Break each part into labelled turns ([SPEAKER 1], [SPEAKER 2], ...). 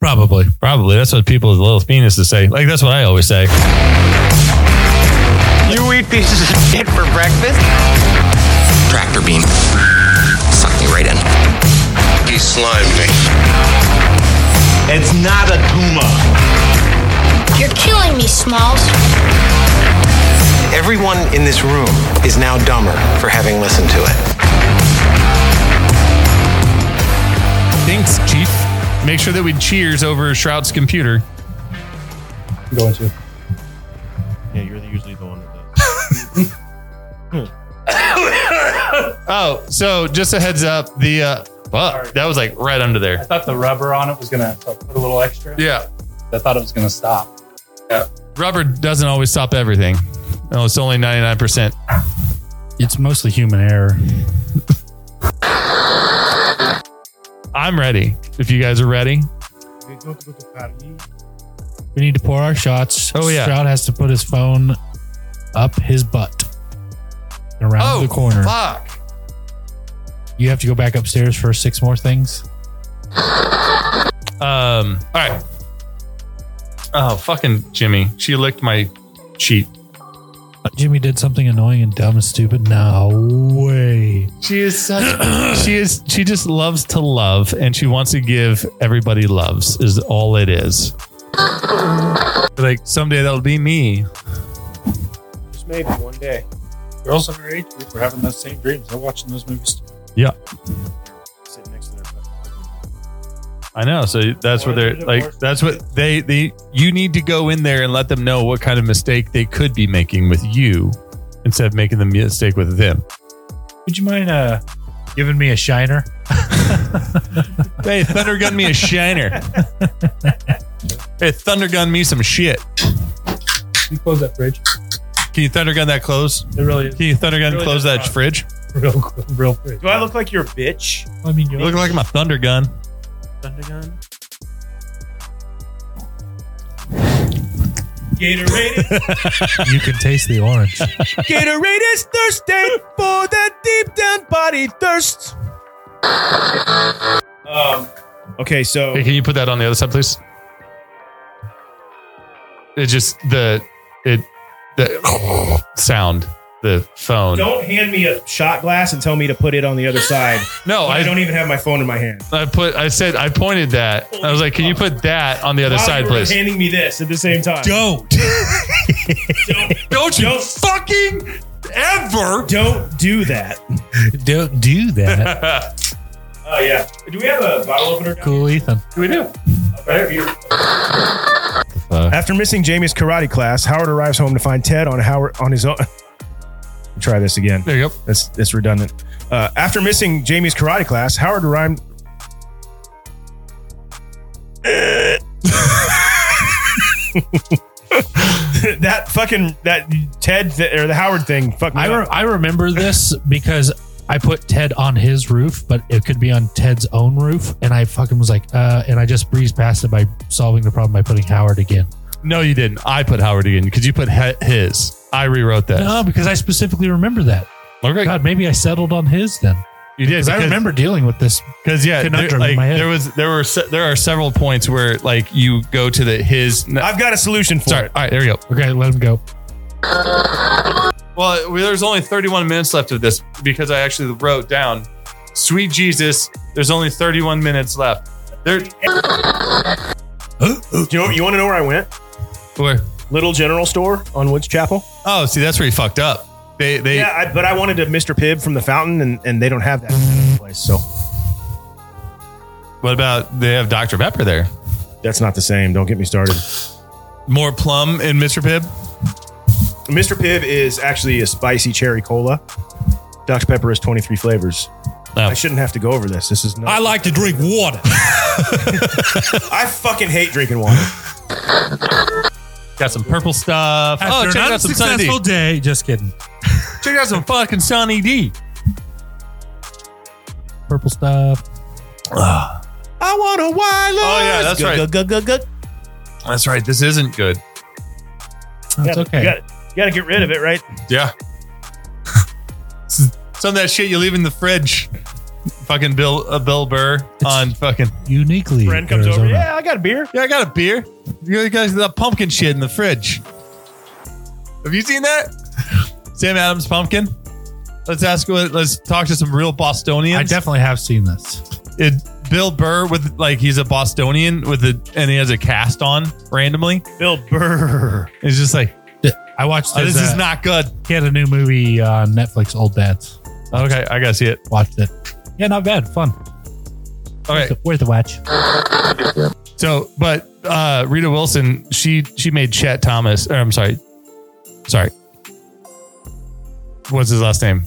[SPEAKER 1] Probably, probably. That's what people with little penises say. Like that's what I always say.
[SPEAKER 2] You eat pieces of shit for breakfast?
[SPEAKER 3] Tractor beam. Suck me right in.
[SPEAKER 4] He slimed me.
[SPEAKER 5] It's not a tumor.
[SPEAKER 6] You're killing me, Smalls.
[SPEAKER 7] Everyone in this room is now dumber for having listened to it.
[SPEAKER 1] Thanks, Chief. Make sure that we cheers over Shroud's computer.
[SPEAKER 8] I'm going to.
[SPEAKER 9] Yeah, you're the- usually the one that does.
[SPEAKER 1] Oh, so just a heads up, the uh, fuck, that was like right under
[SPEAKER 8] I
[SPEAKER 1] there.
[SPEAKER 8] thought the rubber on it was gonna put a little extra.
[SPEAKER 1] Yeah,
[SPEAKER 8] I thought it was gonna stop.
[SPEAKER 1] rubber doesn't always stop everything. No, it's only ninety nine percent.
[SPEAKER 10] It's mostly human error.
[SPEAKER 1] I'm ready. If you guys are ready,
[SPEAKER 10] We need to pour our shots.
[SPEAKER 1] Oh, yeah.
[SPEAKER 10] Stroud has to put his phone up his butt and around
[SPEAKER 1] oh,
[SPEAKER 10] the corner.
[SPEAKER 1] fuck.
[SPEAKER 10] You have to go back upstairs for six more things.
[SPEAKER 1] Um, all right. Oh, fucking Jimmy. She licked my cheek.
[SPEAKER 10] Uh, Jimmy did something annoying and dumb and stupid. No way.
[SPEAKER 1] She is such. she is. She just loves to love, and she wants to give everybody loves. Is all it is. Like someday that'll be me.
[SPEAKER 8] Just maybe one day. Girls of our age group were having those same dreams. They're watching those movies.
[SPEAKER 1] Yeah,
[SPEAKER 9] Sit next to their fucking-
[SPEAKER 1] I know. So that's where they're like. That's what they. They. You need to go in there and let them know what kind of mistake they could be making with you, instead of making the mistake with them.
[SPEAKER 10] Would you mind uh, giving me a shiner?
[SPEAKER 1] Hey, thunder gun me a shiner. hey, thunder gun me some shit.
[SPEAKER 8] Can you close that fridge?
[SPEAKER 1] Can you thunder gun that close?
[SPEAKER 8] It really is
[SPEAKER 1] Can you thunder gun
[SPEAKER 8] Really does
[SPEAKER 1] close that
[SPEAKER 8] not.
[SPEAKER 1] fridge?
[SPEAKER 8] real, real fridge.
[SPEAKER 9] Do I look like your bitch?
[SPEAKER 8] I mean, you
[SPEAKER 1] You look like my thunder gun.
[SPEAKER 9] Thundergun?
[SPEAKER 8] Gatorade.
[SPEAKER 10] you can taste the orange.
[SPEAKER 9] Gatorade is thirsty for that deep down body thirst. Um. Okay, so
[SPEAKER 1] Hey, can you put that on the other side, please? It just the it the sound the phone.
[SPEAKER 9] don't hand me a shot glass and tell me to put it on the other side.
[SPEAKER 1] no, I,
[SPEAKER 9] I don't even have my phone in my hand.
[SPEAKER 1] I put. I said. I pointed that. I was like, "Can you put that on the other
[SPEAKER 9] While
[SPEAKER 1] side,
[SPEAKER 9] you were
[SPEAKER 1] please?"
[SPEAKER 9] Handing me this at the same time.
[SPEAKER 1] Don't.
[SPEAKER 9] Don't,
[SPEAKER 1] Don't you
[SPEAKER 9] Don't.
[SPEAKER 1] fucking ever.
[SPEAKER 9] don't do that.
[SPEAKER 10] Don't do that.
[SPEAKER 9] Oh yeah. Do we have a bottle opener? down
[SPEAKER 10] cool, Ethan.
[SPEAKER 9] here? Right here.
[SPEAKER 1] Uh,
[SPEAKER 9] After missing Jamie's karate class, Howard arrives home to find Ted on Howard on his own. Try this again.
[SPEAKER 1] There you go.
[SPEAKER 9] That's that's redundant. Uh, after missing Jamie's karate class, Howard arrived. that fucking that Ted th- or the Howard thing. Fuck me.
[SPEAKER 10] I,
[SPEAKER 9] up.
[SPEAKER 10] re- I remember this because I put Ted on his roof, but it could be on Ted's own roof. And I fucking was like, uh, and I just breezed past it by solving the problem by putting Howard again.
[SPEAKER 1] No, you didn't. I put Howard again because you put he- his. I rewrote that.
[SPEAKER 10] No, Oh, because I specifically remember that.
[SPEAKER 1] Okay.
[SPEAKER 10] God, maybe I settled on his then.
[SPEAKER 1] you did.
[SPEAKER 10] Because I remember dealing with this.
[SPEAKER 1] Because yeah,
[SPEAKER 10] Conundrum
[SPEAKER 1] there, like,
[SPEAKER 10] in my head.
[SPEAKER 1] there was there were se- there are several points where like you go to the his. no,
[SPEAKER 9] I've got a solution for
[SPEAKER 1] sorry.
[SPEAKER 9] it.
[SPEAKER 1] All right, there you go.
[SPEAKER 10] Okay, let him go.
[SPEAKER 1] Well, we- there's only 31 minutes left of this because I actually wrote down, "Sweet Jesus, there's only 31 minutes left." There,
[SPEAKER 9] You, know, you want to know where I went?
[SPEAKER 1] where?
[SPEAKER 9] Little General Store on Woods Chapel.
[SPEAKER 1] Oh, see, that's where you fucked up. They, they.
[SPEAKER 9] Yeah, I, but I wanted to Mr. Pibb from the fountain, and, and they don't have that in place. So
[SPEAKER 1] What about they have Dr Pepper there?
[SPEAKER 9] that's not the same. Don't get me started.
[SPEAKER 1] More plum in Mr Pibb.
[SPEAKER 9] Mr. Pibb is actually a spicy cherry cola. Dr. Pepper has 23 flavors.
[SPEAKER 1] Oh.
[SPEAKER 9] I shouldn't have to go over this. This is no. I,
[SPEAKER 10] like to drink water.
[SPEAKER 9] fucking hate drinking water.
[SPEAKER 1] Got some purple stuff. oh, check out some Sunny D.
[SPEAKER 10] day. Just kidding.
[SPEAKER 1] Check out some fucking Sunny D.
[SPEAKER 10] Purple stuff.
[SPEAKER 9] I want a wild.
[SPEAKER 1] Oh yeah, that's right. That's right. This isn't good.
[SPEAKER 10] That's okay.
[SPEAKER 9] Oh, You got, you got to get rid of it, right?
[SPEAKER 1] Yeah. Some of that shit you leave in the fridge. fucking Bill uh, Bill Burr on fucking.
[SPEAKER 10] Uniquely.
[SPEAKER 9] Friend comes
[SPEAKER 10] Arizona.
[SPEAKER 9] over. Yeah, I got a beer.
[SPEAKER 1] Yeah, I got a beer. You guys got that pumpkin shit in the fridge. Have you seen that? Sam Adams pumpkin. Let's ask. Let's talk to some real Bostonians.
[SPEAKER 10] I definitely have seen this.
[SPEAKER 1] it, Bill Burr with like he's a Bostonian with a and he has a cast on randomly.
[SPEAKER 9] Bill Burr.
[SPEAKER 1] It's just like
[SPEAKER 10] I watched
[SPEAKER 1] oh,
[SPEAKER 10] this.
[SPEAKER 1] this is
[SPEAKER 10] uh,
[SPEAKER 1] not good.
[SPEAKER 10] He had a new movie on Netflix, Old Dads.
[SPEAKER 1] Okay, I gotta see it.
[SPEAKER 10] Watched it. Yeah, not bad. Fun.
[SPEAKER 1] Okay,
[SPEAKER 10] Worth a watch.
[SPEAKER 1] so but uh Rita Wilson, she she made Chet Thomas. Or I'm sorry, sorry. What's his last name?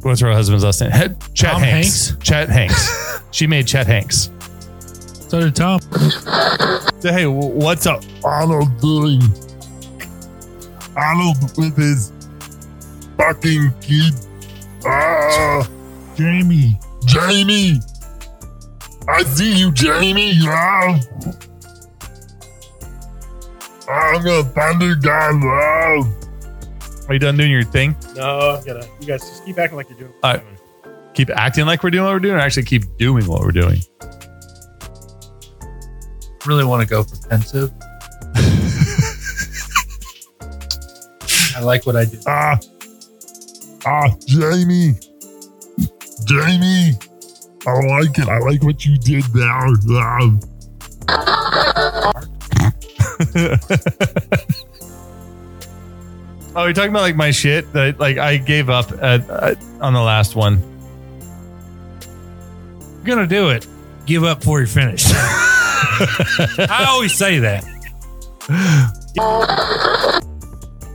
[SPEAKER 1] What's her husband's last name? Chet
[SPEAKER 10] Tom
[SPEAKER 1] Hanks. Chet Hanks. she made Chet Hanks.
[SPEAKER 10] So did Tom.
[SPEAKER 1] So, hey, w- what's up? Arnold doing? Arnold with his fucking kid. Ah,
[SPEAKER 10] Jamie.
[SPEAKER 1] Jamie. I see you, Jamie. Ah. I'm gonna thunder down love. Are you done doing your thing?
[SPEAKER 8] No, you gotta. You guys just keep acting like you're doing.
[SPEAKER 1] All right. Keep acting like we're doing what we're doing, or actually keep doing what we're doing.
[SPEAKER 10] Really want to go for pensive. I like what I do.
[SPEAKER 1] Ah, ah, Jamie, Jamie, I like it. I like what you did now. oh, you're talking about like my shit that like I gave up at, uh, on the last one.
[SPEAKER 10] You're gonna do it. Give up before you finish. I always say that.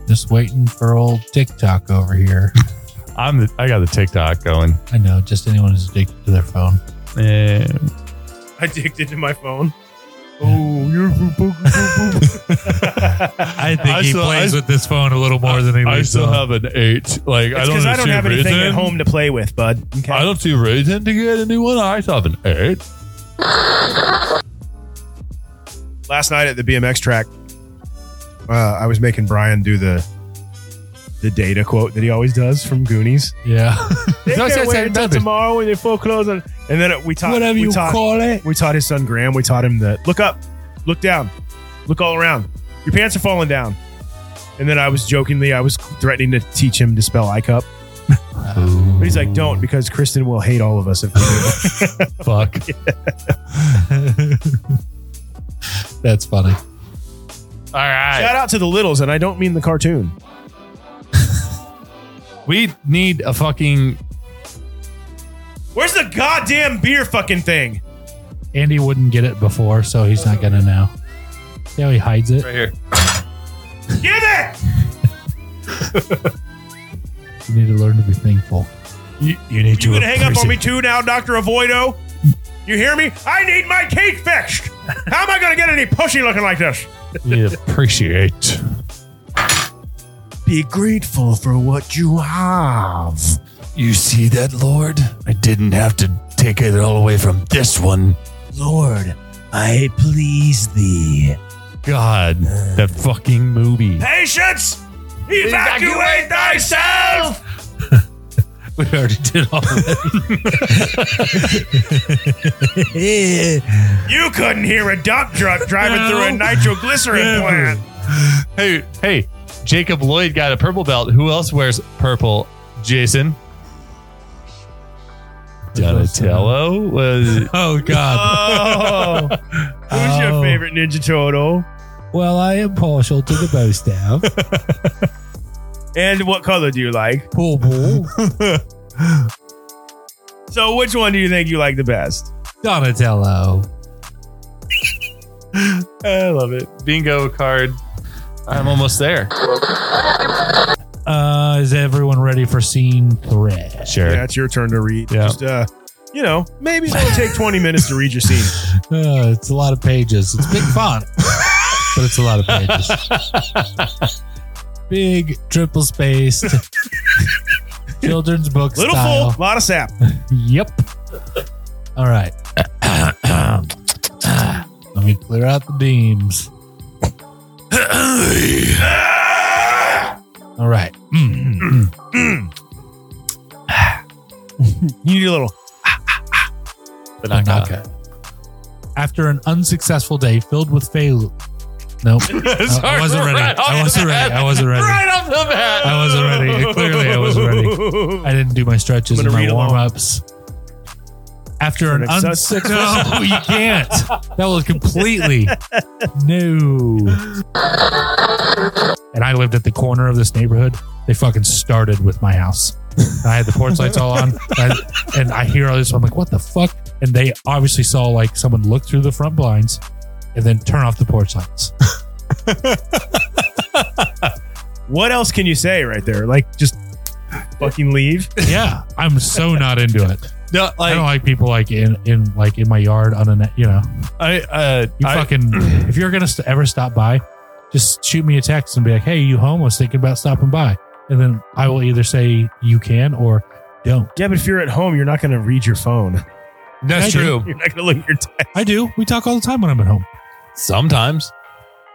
[SPEAKER 10] Just waiting for old TikTok over here.
[SPEAKER 1] I'm the, I got the TikTok going.
[SPEAKER 10] I know, just anyone who's addicted to their phone.
[SPEAKER 1] Eh.
[SPEAKER 9] Addicted to my phone.
[SPEAKER 10] I think
[SPEAKER 1] I
[SPEAKER 10] he
[SPEAKER 1] still-
[SPEAKER 10] plays
[SPEAKER 1] I-
[SPEAKER 10] with this phone a little more than he
[SPEAKER 1] I
[SPEAKER 10] leaves
[SPEAKER 1] still
[SPEAKER 10] alone.
[SPEAKER 1] have an eight. Like I don't,
[SPEAKER 9] It's because I don't
[SPEAKER 1] see a
[SPEAKER 9] have anything
[SPEAKER 1] reason.
[SPEAKER 9] at home to play with, bud. Okay.
[SPEAKER 1] I don't see a reason to get a new one. I still have an eight.
[SPEAKER 9] last night at the BMX track, uh, I was making Brian do the the data quote that he always does from Goonies.
[SPEAKER 10] Yeah.
[SPEAKER 9] They
[SPEAKER 1] That's what I
[SPEAKER 9] can't wait
[SPEAKER 1] said,
[SPEAKER 9] until
[SPEAKER 1] nothing.
[SPEAKER 9] tomorrow when they foreclose on. And then we taught we taught,
[SPEAKER 10] it.
[SPEAKER 9] we taught his son Graham. We taught him that look up, look down, look all around. Your pants are falling down. And then I was jokingly, I was threatening to teach him to spell ICUP. But he's like, don't, because Kristen will hate all of us if we do.
[SPEAKER 10] Fuck. That's funny.
[SPEAKER 1] All right.
[SPEAKER 9] Shout out to the littles, and I don't mean the cartoon.
[SPEAKER 1] We need a fucking.
[SPEAKER 9] Where's the goddamn beer fucking thing?
[SPEAKER 10] Andy wouldn't get it before, so he's not gonna now. See how he hides it?
[SPEAKER 1] here.
[SPEAKER 9] Give it!
[SPEAKER 10] You need to learn to be thankful.
[SPEAKER 1] You, need
[SPEAKER 9] You gonna hang up on me too now, Doctor Avoido? You hear me? I need my teeth fixed. How am I gonna get any pussy looking like this?
[SPEAKER 1] You appreciate.
[SPEAKER 9] Be grateful for what you have.
[SPEAKER 1] You see that, Lord? I didn't have to take it all away from this one.
[SPEAKER 9] Lord, I please thee. Uh,
[SPEAKER 1] God, that fucking movie.
[SPEAKER 9] Patience! Evacuate thyself!
[SPEAKER 10] We already did all that.
[SPEAKER 9] You couldn't hear a dump truck driving
[SPEAKER 10] No.
[SPEAKER 9] through a nitroglycerin
[SPEAKER 10] Never.
[SPEAKER 9] plant.
[SPEAKER 1] Hey, hey, Jacob Lloyd got a purple belt. Who else wears purple? Jason. Donatello was.
[SPEAKER 10] oh God.
[SPEAKER 9] Oh. Who's
[SPEAKER 10] Oh.
[SPEAKER 9] your favorite Ninja Turtle?
[SPEAKER 10] Well, I am partial to the bow staff.
[SPEAKER 9] And what color do you like?
[SPEAKER 10] Pool pool.
[SPEAKER 9] So, which one do you think you like the best?
[SPEAKER 10] Donatello.
[SPEAKER 1] I love it. Bingo card. I'm almost there.
[SPEAKER 10] Uh, is everyone ready for scene three?
[SPEAKER 1] Sure.
[SPEAKER 9] Yeah, it's your turn to read.
[SPEAKER 1] Yeah.
[SPEAKER 9] Just uh, you know, maybe it'll take 20 minutes to read your scene.
[SPEAKER 10] Uh, it's a lot of pages. It's big font, but it's a lot of pages. big triple spaced children's book
[SPEAKER 9] Little
[SPEAKER 10] style.
[SPEAKER 9] full, lot of sap.
[SPEAKER 10] Yep. All right. Let me clear out the beams. All right.
[SPEAKER 9] You need a little
[SPEAKER 1] But not Banaka.
[SPEAKER 10] Banaka. After an unsuccessful day filled with fail. Nope. I- I wasn't ready. I wasn't ready. I wasn't ready.
[SPEAKER 1] Right off the bat.
[SPEAKER 10] I wasn't ready. Clearly, I wasn't ready. I didn't do my stretches
[SPEAKER 9] I'm
[SPEAKER 10] and
[SPEAKER 9] gonna
[SPEAKER 10] my
[SPEAKER 9] read along.
[SPEAKER 10] warm ups. After an
[SPEAKER 9] next
[SPEAKER 10] unsuccessful, no, you can't. That was completely no. And I lived at the corner of this neighborhood. They fucking started with my house. And I had the porch lights all on, and, and I hear all this. I'm like, what the fuck? And they obviously saw like someone look through the front blinds, and then turn off the porch lights.
[SPEAKER 9] What else can you say right there? Like just fucking leave.
[SPEAKER 10] Yeah, I'm so not into it.
[SPEAKER 1] No,
[SPEAKER 10] I don't
[SPEAKER 1] like
[SPEAKER 10] like people like in in like in my yard on a net. You know,
[SPEAKER 1] I, uh,
[SPEAKER 10] you
[SPEAKER 1] I-
[SPEAKER 10] fucking. if you're gonna st- ever stop by, just shoot me a text and be like, "Hey, you home? I was thinking about stopping by," and then I will either say you can or don't.
[SPEAKER 9] Yeah, but if you're at home, you're not going to read your phone.
[SPEAKER 1] that's
[SPEAKER 10] I do.
[SPEAKER 1] true.
[SPEAKER 9] You're not going to look at your text.
[SPEAKER 10] I do. We talk all the time when I'm at home.
[SPEAKER 1] Sometimes.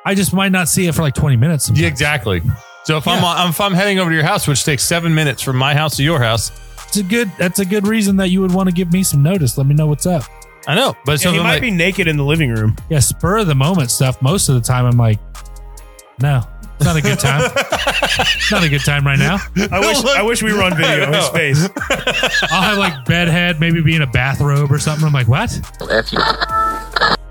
[SPEAKER 10] I just might not see it for like 20 minutes.
[SPEAKER 1] Yeah, exactly. So if I'm on, if I'm heading over to your house, which takes seven minutes from my house to your house,
[SPEAKER 10] It's a good. That's a good reason that you would want to give me some notice. Let me know what's up.
[SPEAKER 1] I know. But so
[SPEAKER 9] And he
[SPEAKER 1] I'm
[SPEAKER 9] might
[SPEAKER 1] like,
[SPEAKER 9] be naked in the living room.
[SPEAKER 10] Yeah, spur of the moment stuff. Most of the time, I'm like, no, it's not a good time. It's not a good time right now.
[SPEAKER 9] I wish I wish we were on video. His face.
[SPEAKER 10] I'll have like bedhead, maybe be in a bathrobe or something. I'm like, what?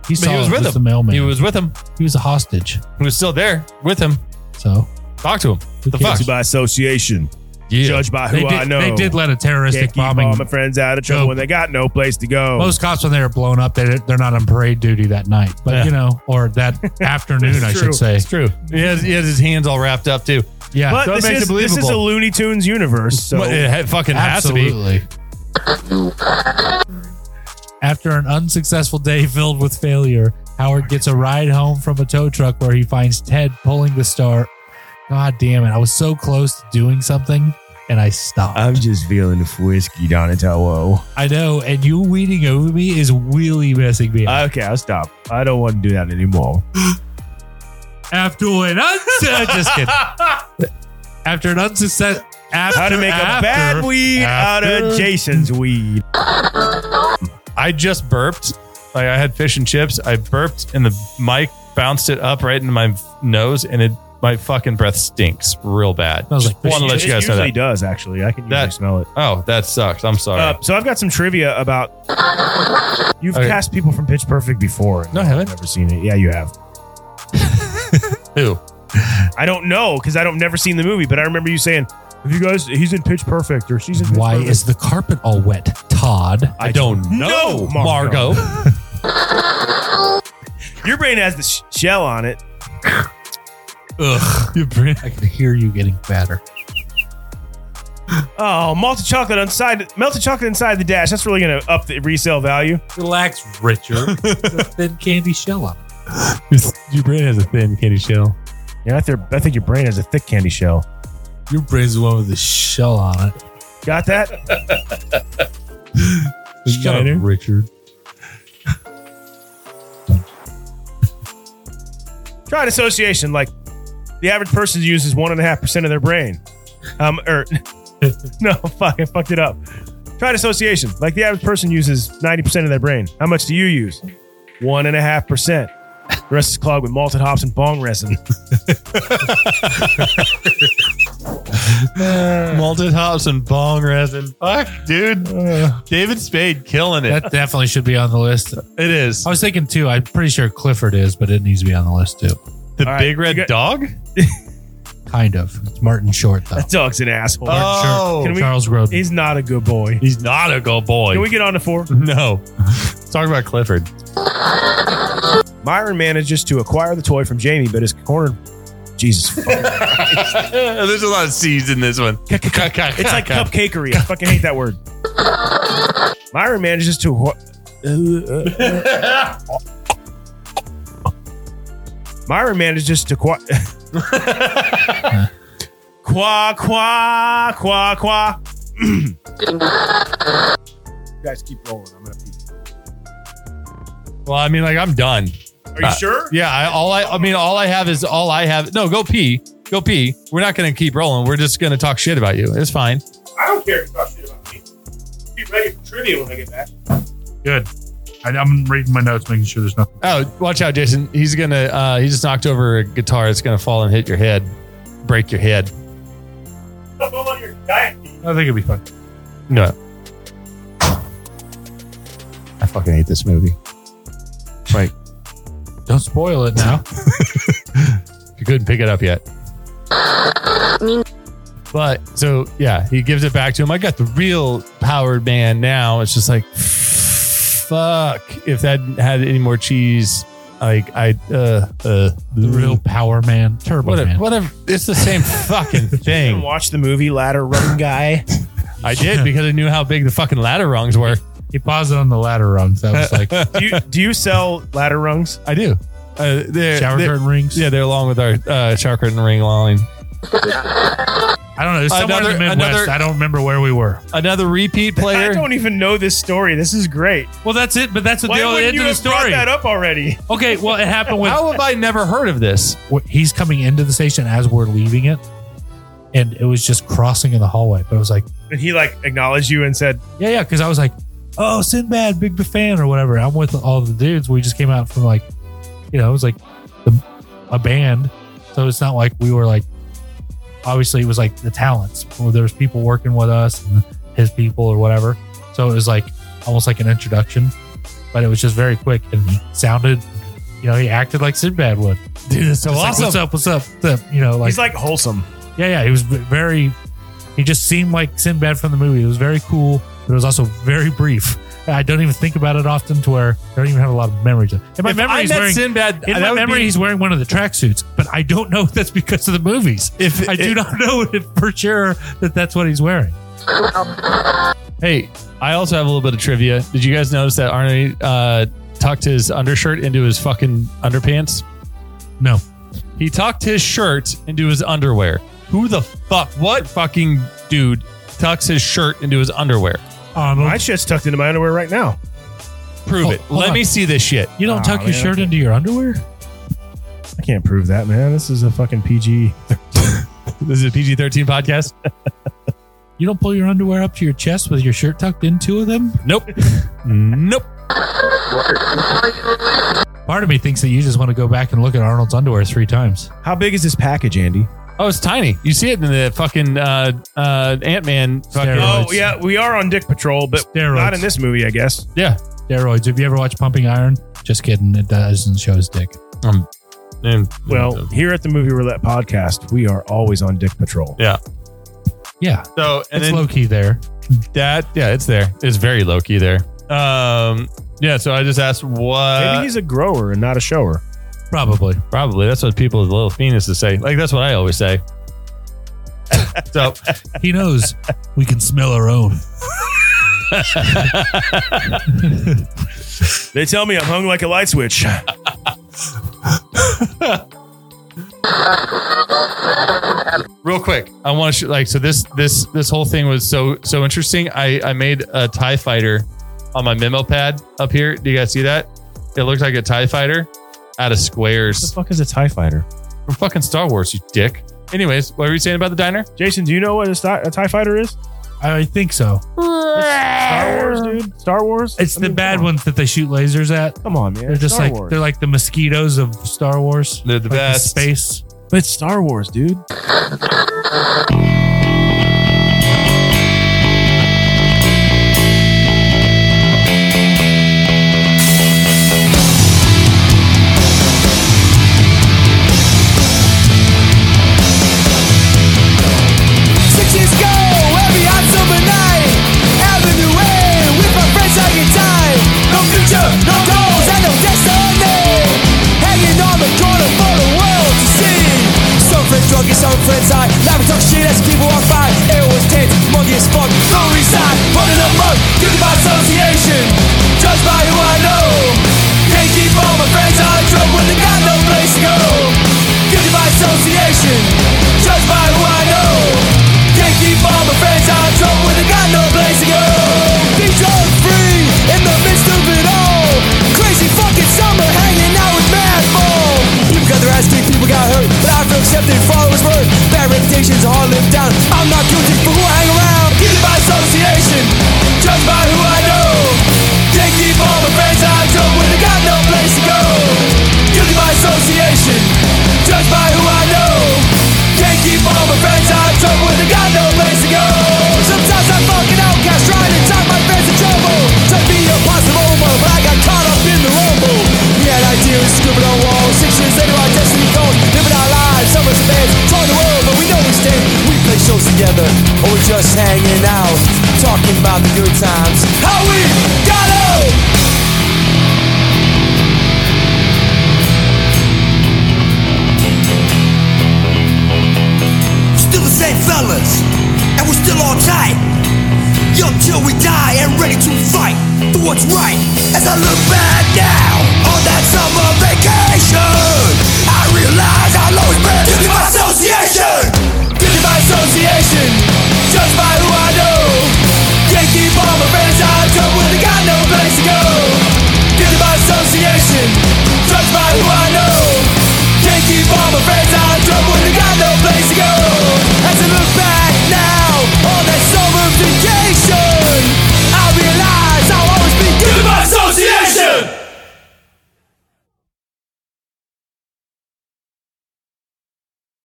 [SPEAKER 10] He
[SPEAKER 1] but
[SPEAKER 10] saw
[SPEAKER 1] he was with
[SPEAKER 10] it, it
[SPEAKER 1] him.
[SPEAKER 10] was the mailman.
[SPEAKER 1] He was with him.
[SPEAKER 10] he was a hostage.
[SPEAKER 1] He was still there with him.
[SPEAKER 10] So
[SPEAKER 1] Talk to him.
[SPEAKER 10] Who
[SPEAKER 1] The
[SPEAKER 10] cares
[SPEAKER 1] fuck?
[SPEAKER 9] Guilty by association.
[SPEAKER 1] Yeah.
[SPEAKER 9] Judged by who
[SPEAKER 10] they did,
[SPEAKER 9] I know.
[SPEAKER 10] they did let a
[SPEAKER 9] Can't
[SPEAKER 10] terroristic
[SPEAKER 9] keep all my
[SPEAKER 10] bombing.
[SPEAKER 9] friends out of trouble
[SPEAKER 10] Joke.
[SPEAKER 9] when they got no place to go.
[SPEAKER 10] Most cops, when they were blown up, they they're not on parade duty that night, but
[SPEAKER 1] Yeah.
[SPEAKER 10] you know, or that afternoon, I
[SPEAKER 9] true.
[SPEAKER 10] should say.
[SPEAKER 1] It's true. He has, he has his hands all wrapped up too.
[SPEAKER 10] Yeah,
[SPEAKER 9] but
[SPEAKER 1] so it
[SPEAKER 9] this
[SPEAKER 1] makes
[SPEAKER 9] is,
[SPEAKER 1] it
[SPEAKER 9] this is a
[SPEAKER 1] believable.
[SPEAKER 9] Looney Tunes universe. So
[SPEAKER 1] Well, it ha- fucking has to be.
[SPEAKER 10] absolutely. After an unsuccessful day filled with failure, Howard gets a ride home from a tow truck where he finds Ted pulling the star. God damn it! I was so close to doing something, and I stopped.
[SPEAKER 9] just feeling frisky, Donatello.
[SPEAKER 10] I know, and you weeding over me is really messing me up.
[SPEAKER 9] Okay, I'll stop. I don't want to do that anymore.
[SPEAKER 10] After an unsuccess, just kidding. After an unsuccess, after
[SPEAKER 9] How to make a bad
[SPEAKER 10] after-
[SPEAKER 9] weed out of
[SPEAKER 10] after-
[SPEAKER 9] Jason's weed.
[SPEAKER 1] I just burped. Like I had fish and chips. I burped and the mic bounced it up right into my f- nose and it my fucking breath stinks real bad.
[SPEAKER 10] Smells like
[SPEAKER 1] Just wanna
[SPEAKER 10] fish
[SPEAKER 1] let
[SPEAKER 9] It
[SPEAKER 1] you guys know
[SPEAKER 9] usually
[SPEAKER 1] that.
[SPEAKER 9] does, actually. I can usually
[SPEAKER 1] That-
[SPEAKER 9] smell it.
[SPEAKER 1] Oh, that sucks. I'm sorry.
[SPEAKER 9] Uh, so I've got some trivia about. You've
[SPEAKER 1] Okay.
[SPEAKER 9] cast people from Pitch Perfect before.
[SPEAKER 10] No, I haven't.
[SPEAKER 9] Never seen it. Yeah, you have.
[SPEAKER 1] Who?
[SPEAKER 9] I don't know because I don't never seen the movie, but I remember you saying, "Have you guys? He's in Pitch Perfect or she's in." Pitch
[SPEAKER 10] Why
[SPEAKER 9] Perfect."
[SPEAKER 10] is the carpet all wet, Todd?
[SPEAKER 1] I don't know,
[SPEAKER 9] know, Margo.
[SPEAKER 1] Margo.
[SPEAKER 9] your brain has the sh- shell on it?
[SPEAKER 10] Ugh, your brain. I can hear you getting fatter.
[SPEAKER 9] Oh, malted chocolate inside, melted chocolate inside the dash. That's really gonna up the resale value.
[SPEAKER 10] Relax, Richard. thin candy shell on. it.
[SPEAKER 1] Your brain has a thin candy shell.
[SPEAKER 9] Yeah, I, think I think your brain has a thick candy shell.
[SPEAKER 10] Your brain's the one with the shell on it.
[SPEAKER 9] Got that?
[SPEAKER 10] Shut up, Richard.
[SPEAKER 9] Try an association. Like the average person uses one and a half percent of their brain. Um, or no, fuck, I fucked it up. Try an association. Like the average person uses ninety percent of their brain. How much do you use? One and a half percent. The rest is clogged with malted hops and bong resin.
[SPEAKER 1] Uh, Malted hops and bong resin. Fuck, dude.
[SPEAKER 9] Uh,
[SPEAKER 1] David Spade killing it.
[SPEAKER 10] That definitely should be on the list.
[SPEAKER 1] it is.
[SPEAKER 10] I was thinking too. I'm pretty sure Clifford is, but it needs to be on the list too.
[SPEAKER 1] The
[SPEAKER 9] right,
[SPEAKER 1] big red
[SPEAKER 9] you got-
[SPEAKER 1] dog?
[SPEAKER 10] Kind of. It's Martin Short though.
[SPEAKER 9] That dog's an asshole.
[SPEAKER 1] Oh.
[SPEAKER 9] Can we-
[SPEAKER 10] Charles Grodin.
[SPEAKER 9] He's not a good boy.
[SPEAKER 1] He's not a good boy.
[SPEAKER 9] Can we get on to four?
[SPEAKER 1] no. Let's talk about Clifford.
[SPEAKER 9] Myron manages to acquire the toy from Jamie, but is cornered. Jesus, fuck.
[SPEAKER 1] Uh, There's a lot of C's in this one.
[SPEAKER 9] it's
[SPEAKER 1] it's
[SPEAKER 9] like cupcakery. I fucking hate that word. Myron manages to. wha- Myron manages to qua. qua qua qua qua.
[SPEAKER 8] You guys keep rolling. I'm gonna pee.
[SPEAKER 1] Well, I mean, like I'm done.
[SPEAKER 9] Are you
[SPEAKER 1] Uh,
[SPEAKER 9] sure?
[SPEAKER 1] Yeah, I, all I, I mean, all I have is all I have. No, go pee, go pee. We're not gonna keep rolling. We're just gonna talk shit about you. It's fine.
[SPEAKER 9] I don't care if you talk shit about me. Be ready for trivia when I get back.
[SPEAKER 10] Good. I, I'm reading my notes, making sure there's nothing.
[SPEAKER 1] Oh, watch out, Jason. He's gonna uh he just knocked over a guitar, it's gonna fall and hit your head, break your head.
[SPEAKER 10] I think it'd be fun.
[SPEAKER 1] No. I fucking hate this movie. Like,
[SPEAKER 10] Don't spoil it now.
[SPEAKER 1] you couldn't pick it up yet. But so yeah, he gives it back to him. I got the real powered man now. It's just like fuck. If that had any more cheese, like I uh uh
[SPEAKER 10] The real Power Man, Turbo
[SPEAKER 1] whatever
[SPEAKER 10] Man.
[SPEAKER 1] whatever it's the same fucking
[SPEAKER 9] And
[SPEAKER 1] thing.
[SPEAKER 9] watch the movie Ladder Run Guy.
[SPEAKER 1] I did because I knew how big the fucking ladder rungs were.
[SPEAKER 10] He paused it on the ladder rungs. That was like
[SPEAKER 9] do, you, do you sell ladder rungs?
[SPEAKER 1] I do. Uh, they're,
[SPEAKER 10] shower
[SPEAKER 1] they're-
[SPEAKER 10] curtain rings.
[SPEAKER 1] Yeah, they're along with our uh, shower curtain ring line.
[SPEAKER 10] I don't know. It was somewhere in
[SPEAKER 1] Another-
[SPEAKER 10] the Midwest.
[SPEAKER 1] another-
[SPEAKER 10] I don't remember where we were.
[SPEAKER 1] Another repeat
[SPEAKER 9] I
[SPEAKER 1] player.
[SPEAKER 9] don't even know this story. This is great.
[SPEAKER 10] Well, that's it. But that's what
[SPEAKER 9] Why
[SPEAKER 10] the
[SPEAKER 9] wouldn't
[SPEAKER 10] end
[SPEAKER 9] you
[SPEAKER 10] of the
[SPEAKER 9] have brought
[SPEAKER 10] story.
[SPEAKER 9] that up already?
[SPEAKER 10] Okay, well, it happened with
[SPEAKER 1] How have I never heard of this?
[SPEAKER 10] wh- he's coming into the station as we're leaving it, and it was just crossing in the hallway. But I was like,
[SPEAKER 9] And he like acknowledged you and said,
[SPEAKER 10] yeah, yeah, because I was like, oh, Sinbad, big fan or whatever. I'm with all the dudes. We just came out from like, you know, it was like the, a band, so it's not like we were like. Obviously, it was like the talents. Well, there was people working with us and his people or whatever. So it was like almost like an introduction, but it was just very quick and he sounded. You know, he acted like Sinbad would.
[SPEAKER 1] Dude, it's so
[SPEAKER 10] Just like, what's up? What's up? What's up? You know, like
[SPEAKER 9] he's like wholesome.
[SPEAKER 10] yeah, yeah. He was v- very. He just seemed like Sinbad from the movie. It was very cool, but it was also very brief. I don't even think about it often to where I don't even have a lot of memories. of it. In my
[SPEAKER 1] If
[SPEAKER 10] memory,
[SPEAKER 1] I
[SPEAKER 10] he's
[SPEAKER 1] met
[SPEAKER 10] wearing.
[SPEAKER 1] Sinbad.
[SPEAKER 10] in
[SPEAKER 1] that
[SPEAKER 10] my
[SPEAKER 1] would
[SPEAKER 10] memory,
[SPEAKER 1] be-
[SPEAKER 10] he's wearing one of the tracksuits, but I don't know if that's because of the movies.
[SPEAKER 1] if
[SPEAKER 10] I do
[SPEAKER 1] it-
[SPEAKER 10] not know if for sure that that's what he's wearing.
[SPEAKER 1] Hey, I also have a little bit of trivia. Did you guys notice that Arnie uh, tucked his undershirt into his fucking underpants?
[SPEAKER 10] No,
[SPEAKER 1] He tucked his shirt into his underwear. Who the fuck? What fucking dude tucks his shirt into his underwear?
[SPEAKER 10] Arnold,
[SPEAKER 9] My shit's tucked into my underwear right now.
[SPEAKER 1] Prove
[SPEAKER 10] Hold-
[SPEAKER 1] it.
[SPEAKER 10] Oh, hold
[SPEAKER 1] Let
[SPEAKER 10] on.
[SPEAKER 1] me see this shit.
[SPEAKER 10] you don't
[SPEAKER 9] Aw,
[SPEAKER 1] Oh,
[SPEAKER 10] tuck your
[SPEAKER 9] man.
[SPEAKER 10] shirt into your underwear.
[SPEAKER 9] I can't prove that, man. This is a fucking PG.
[SPEAKER 1] This is a PG 13 podcast.
[SPEAKER 10] You don't pull your underwear up to your chest with your shirt tucked into them.
[SPEAKER 1] Nope. nope.
[SPEAKER 10] Part of me thinks that you just want to go back and look at Arnold's underwear three times.
[SPEAKER 9] How big is this package, Andy?
[SPEAKER 1] Oh, it's tiny. You see it in the fucking uh, uh, Ant Man fucking.
[SPEAKER 10] Steroids.
[SPEAKER 9] Oh yeah, we are on Dick Patrol, but
[SPEAKER 10] Steroids.
[SPEAKER 9] not in this movie, I guess.
[SPEAKER 1] Yeah.
[SPEAKER 10] steroids. Have you ever watched Pumping Iron? Just kidding. It doesn't show his dick.
[SPEAKER 1] And,
[SPEAKER 9] Well, here at the Movie Roulette podcast, we are always on Dick Patrol.
[SPEAKER 10] Yeah,
[SPEAKER 1] so and
[SPEAKER 10] it's
[SPEAKER 1] then
[SPEAKER 10] low key there.
[SPEAKER 1] that yeah, it's there. It's very low key there. Um, yeah. So I just asked what.
[SPEAKER 9] Maybe he's a grower and not a shower.
[SPEAKER 10] Probably.
[SPEAKER 1] Probably that's what people with little penises say. Like that's what I always say. so
[SPEAKER 10] He knows we can smell our own.
[SPEAKER 9] They tell me I'm hung like a light switch.
[SPEAKER 1] real quick, I want to sh- like so this this this whole thing was so so interesting. I I made a Tie Fighter on my memo pad up here. Do you guys see that? It looks like a Tie Fighter out of
[SPEAKER 9] What the
[SPEAKER 1] squares
[SPEAKER 9] fuck is a TIE fighter?
[SPEAKER 1] from fucking Star Wars. You dick. Anyways, what were you saying about the diner?
[SPEAKER 9] Jason, do you know what a, sti- a TIE fighter is?
[SPEAKER 10] I think so.
[SPEAKER 9] Star Wars, dude. Star Wars?
[SPEAKER 10] It's
[SPEAKER 9] I
[SPEAKER 10] the
[SPEAKER 9] mean,
[SPEAKER 10] bad
[SPEAKER 9] come on.
[SPEAKER 10] ones that they shoot lasers at.
[SPEAKER 9] Come on, man.
[SPEAKER 10] They're just
[SPEAKER 9] Star
[SPEAKER 10] like
[SPEAKER 9] Wars.
[SPEAKER 10] they're like the mosquitoes of Star Wars.
[SPEAKER 1] They're the
[SPEAKER 10] Like
[SPEAKER 1] best.
[SPEAKER 10] space.
[SPEAKER 9] but it's Star Wars, dude.
[SPEAKER 11] Six years ago, every hot summer night, Avenue A, with my friends hanging tight. No future, no goals, and no destiny. Hanging on the corner for the world to see. Some friends drunk and some friends high. Life talk shit as people walk by. It was tense, monkey as fuck. Don't reside, running amok, guilty by association. Judged by who I know. Can't keep all my friends out of trouble when they got no place to go. Guilty by association. Judged by who I know. Can't keep all my friends out of trouble when they got no place to go. Be drug free in the midst of it all. Crazy fucking summer hanging out with mad folk. People got their ass kicked, people got hurt, but I feel accepted, followers word. Bad reputations are hard lived down. I'm not guilty for who I hang around. Guilty by association, judged by who I know. Can't keep all my friends out of
[SPEAKER 12] together, or we're just hanging out, talking about the good times. How we got it!
[SPEAKER 11] Still the same fellas, and we're still all tight. Young till we die and ready to fight for what's right. As I look back now on that summer vacation.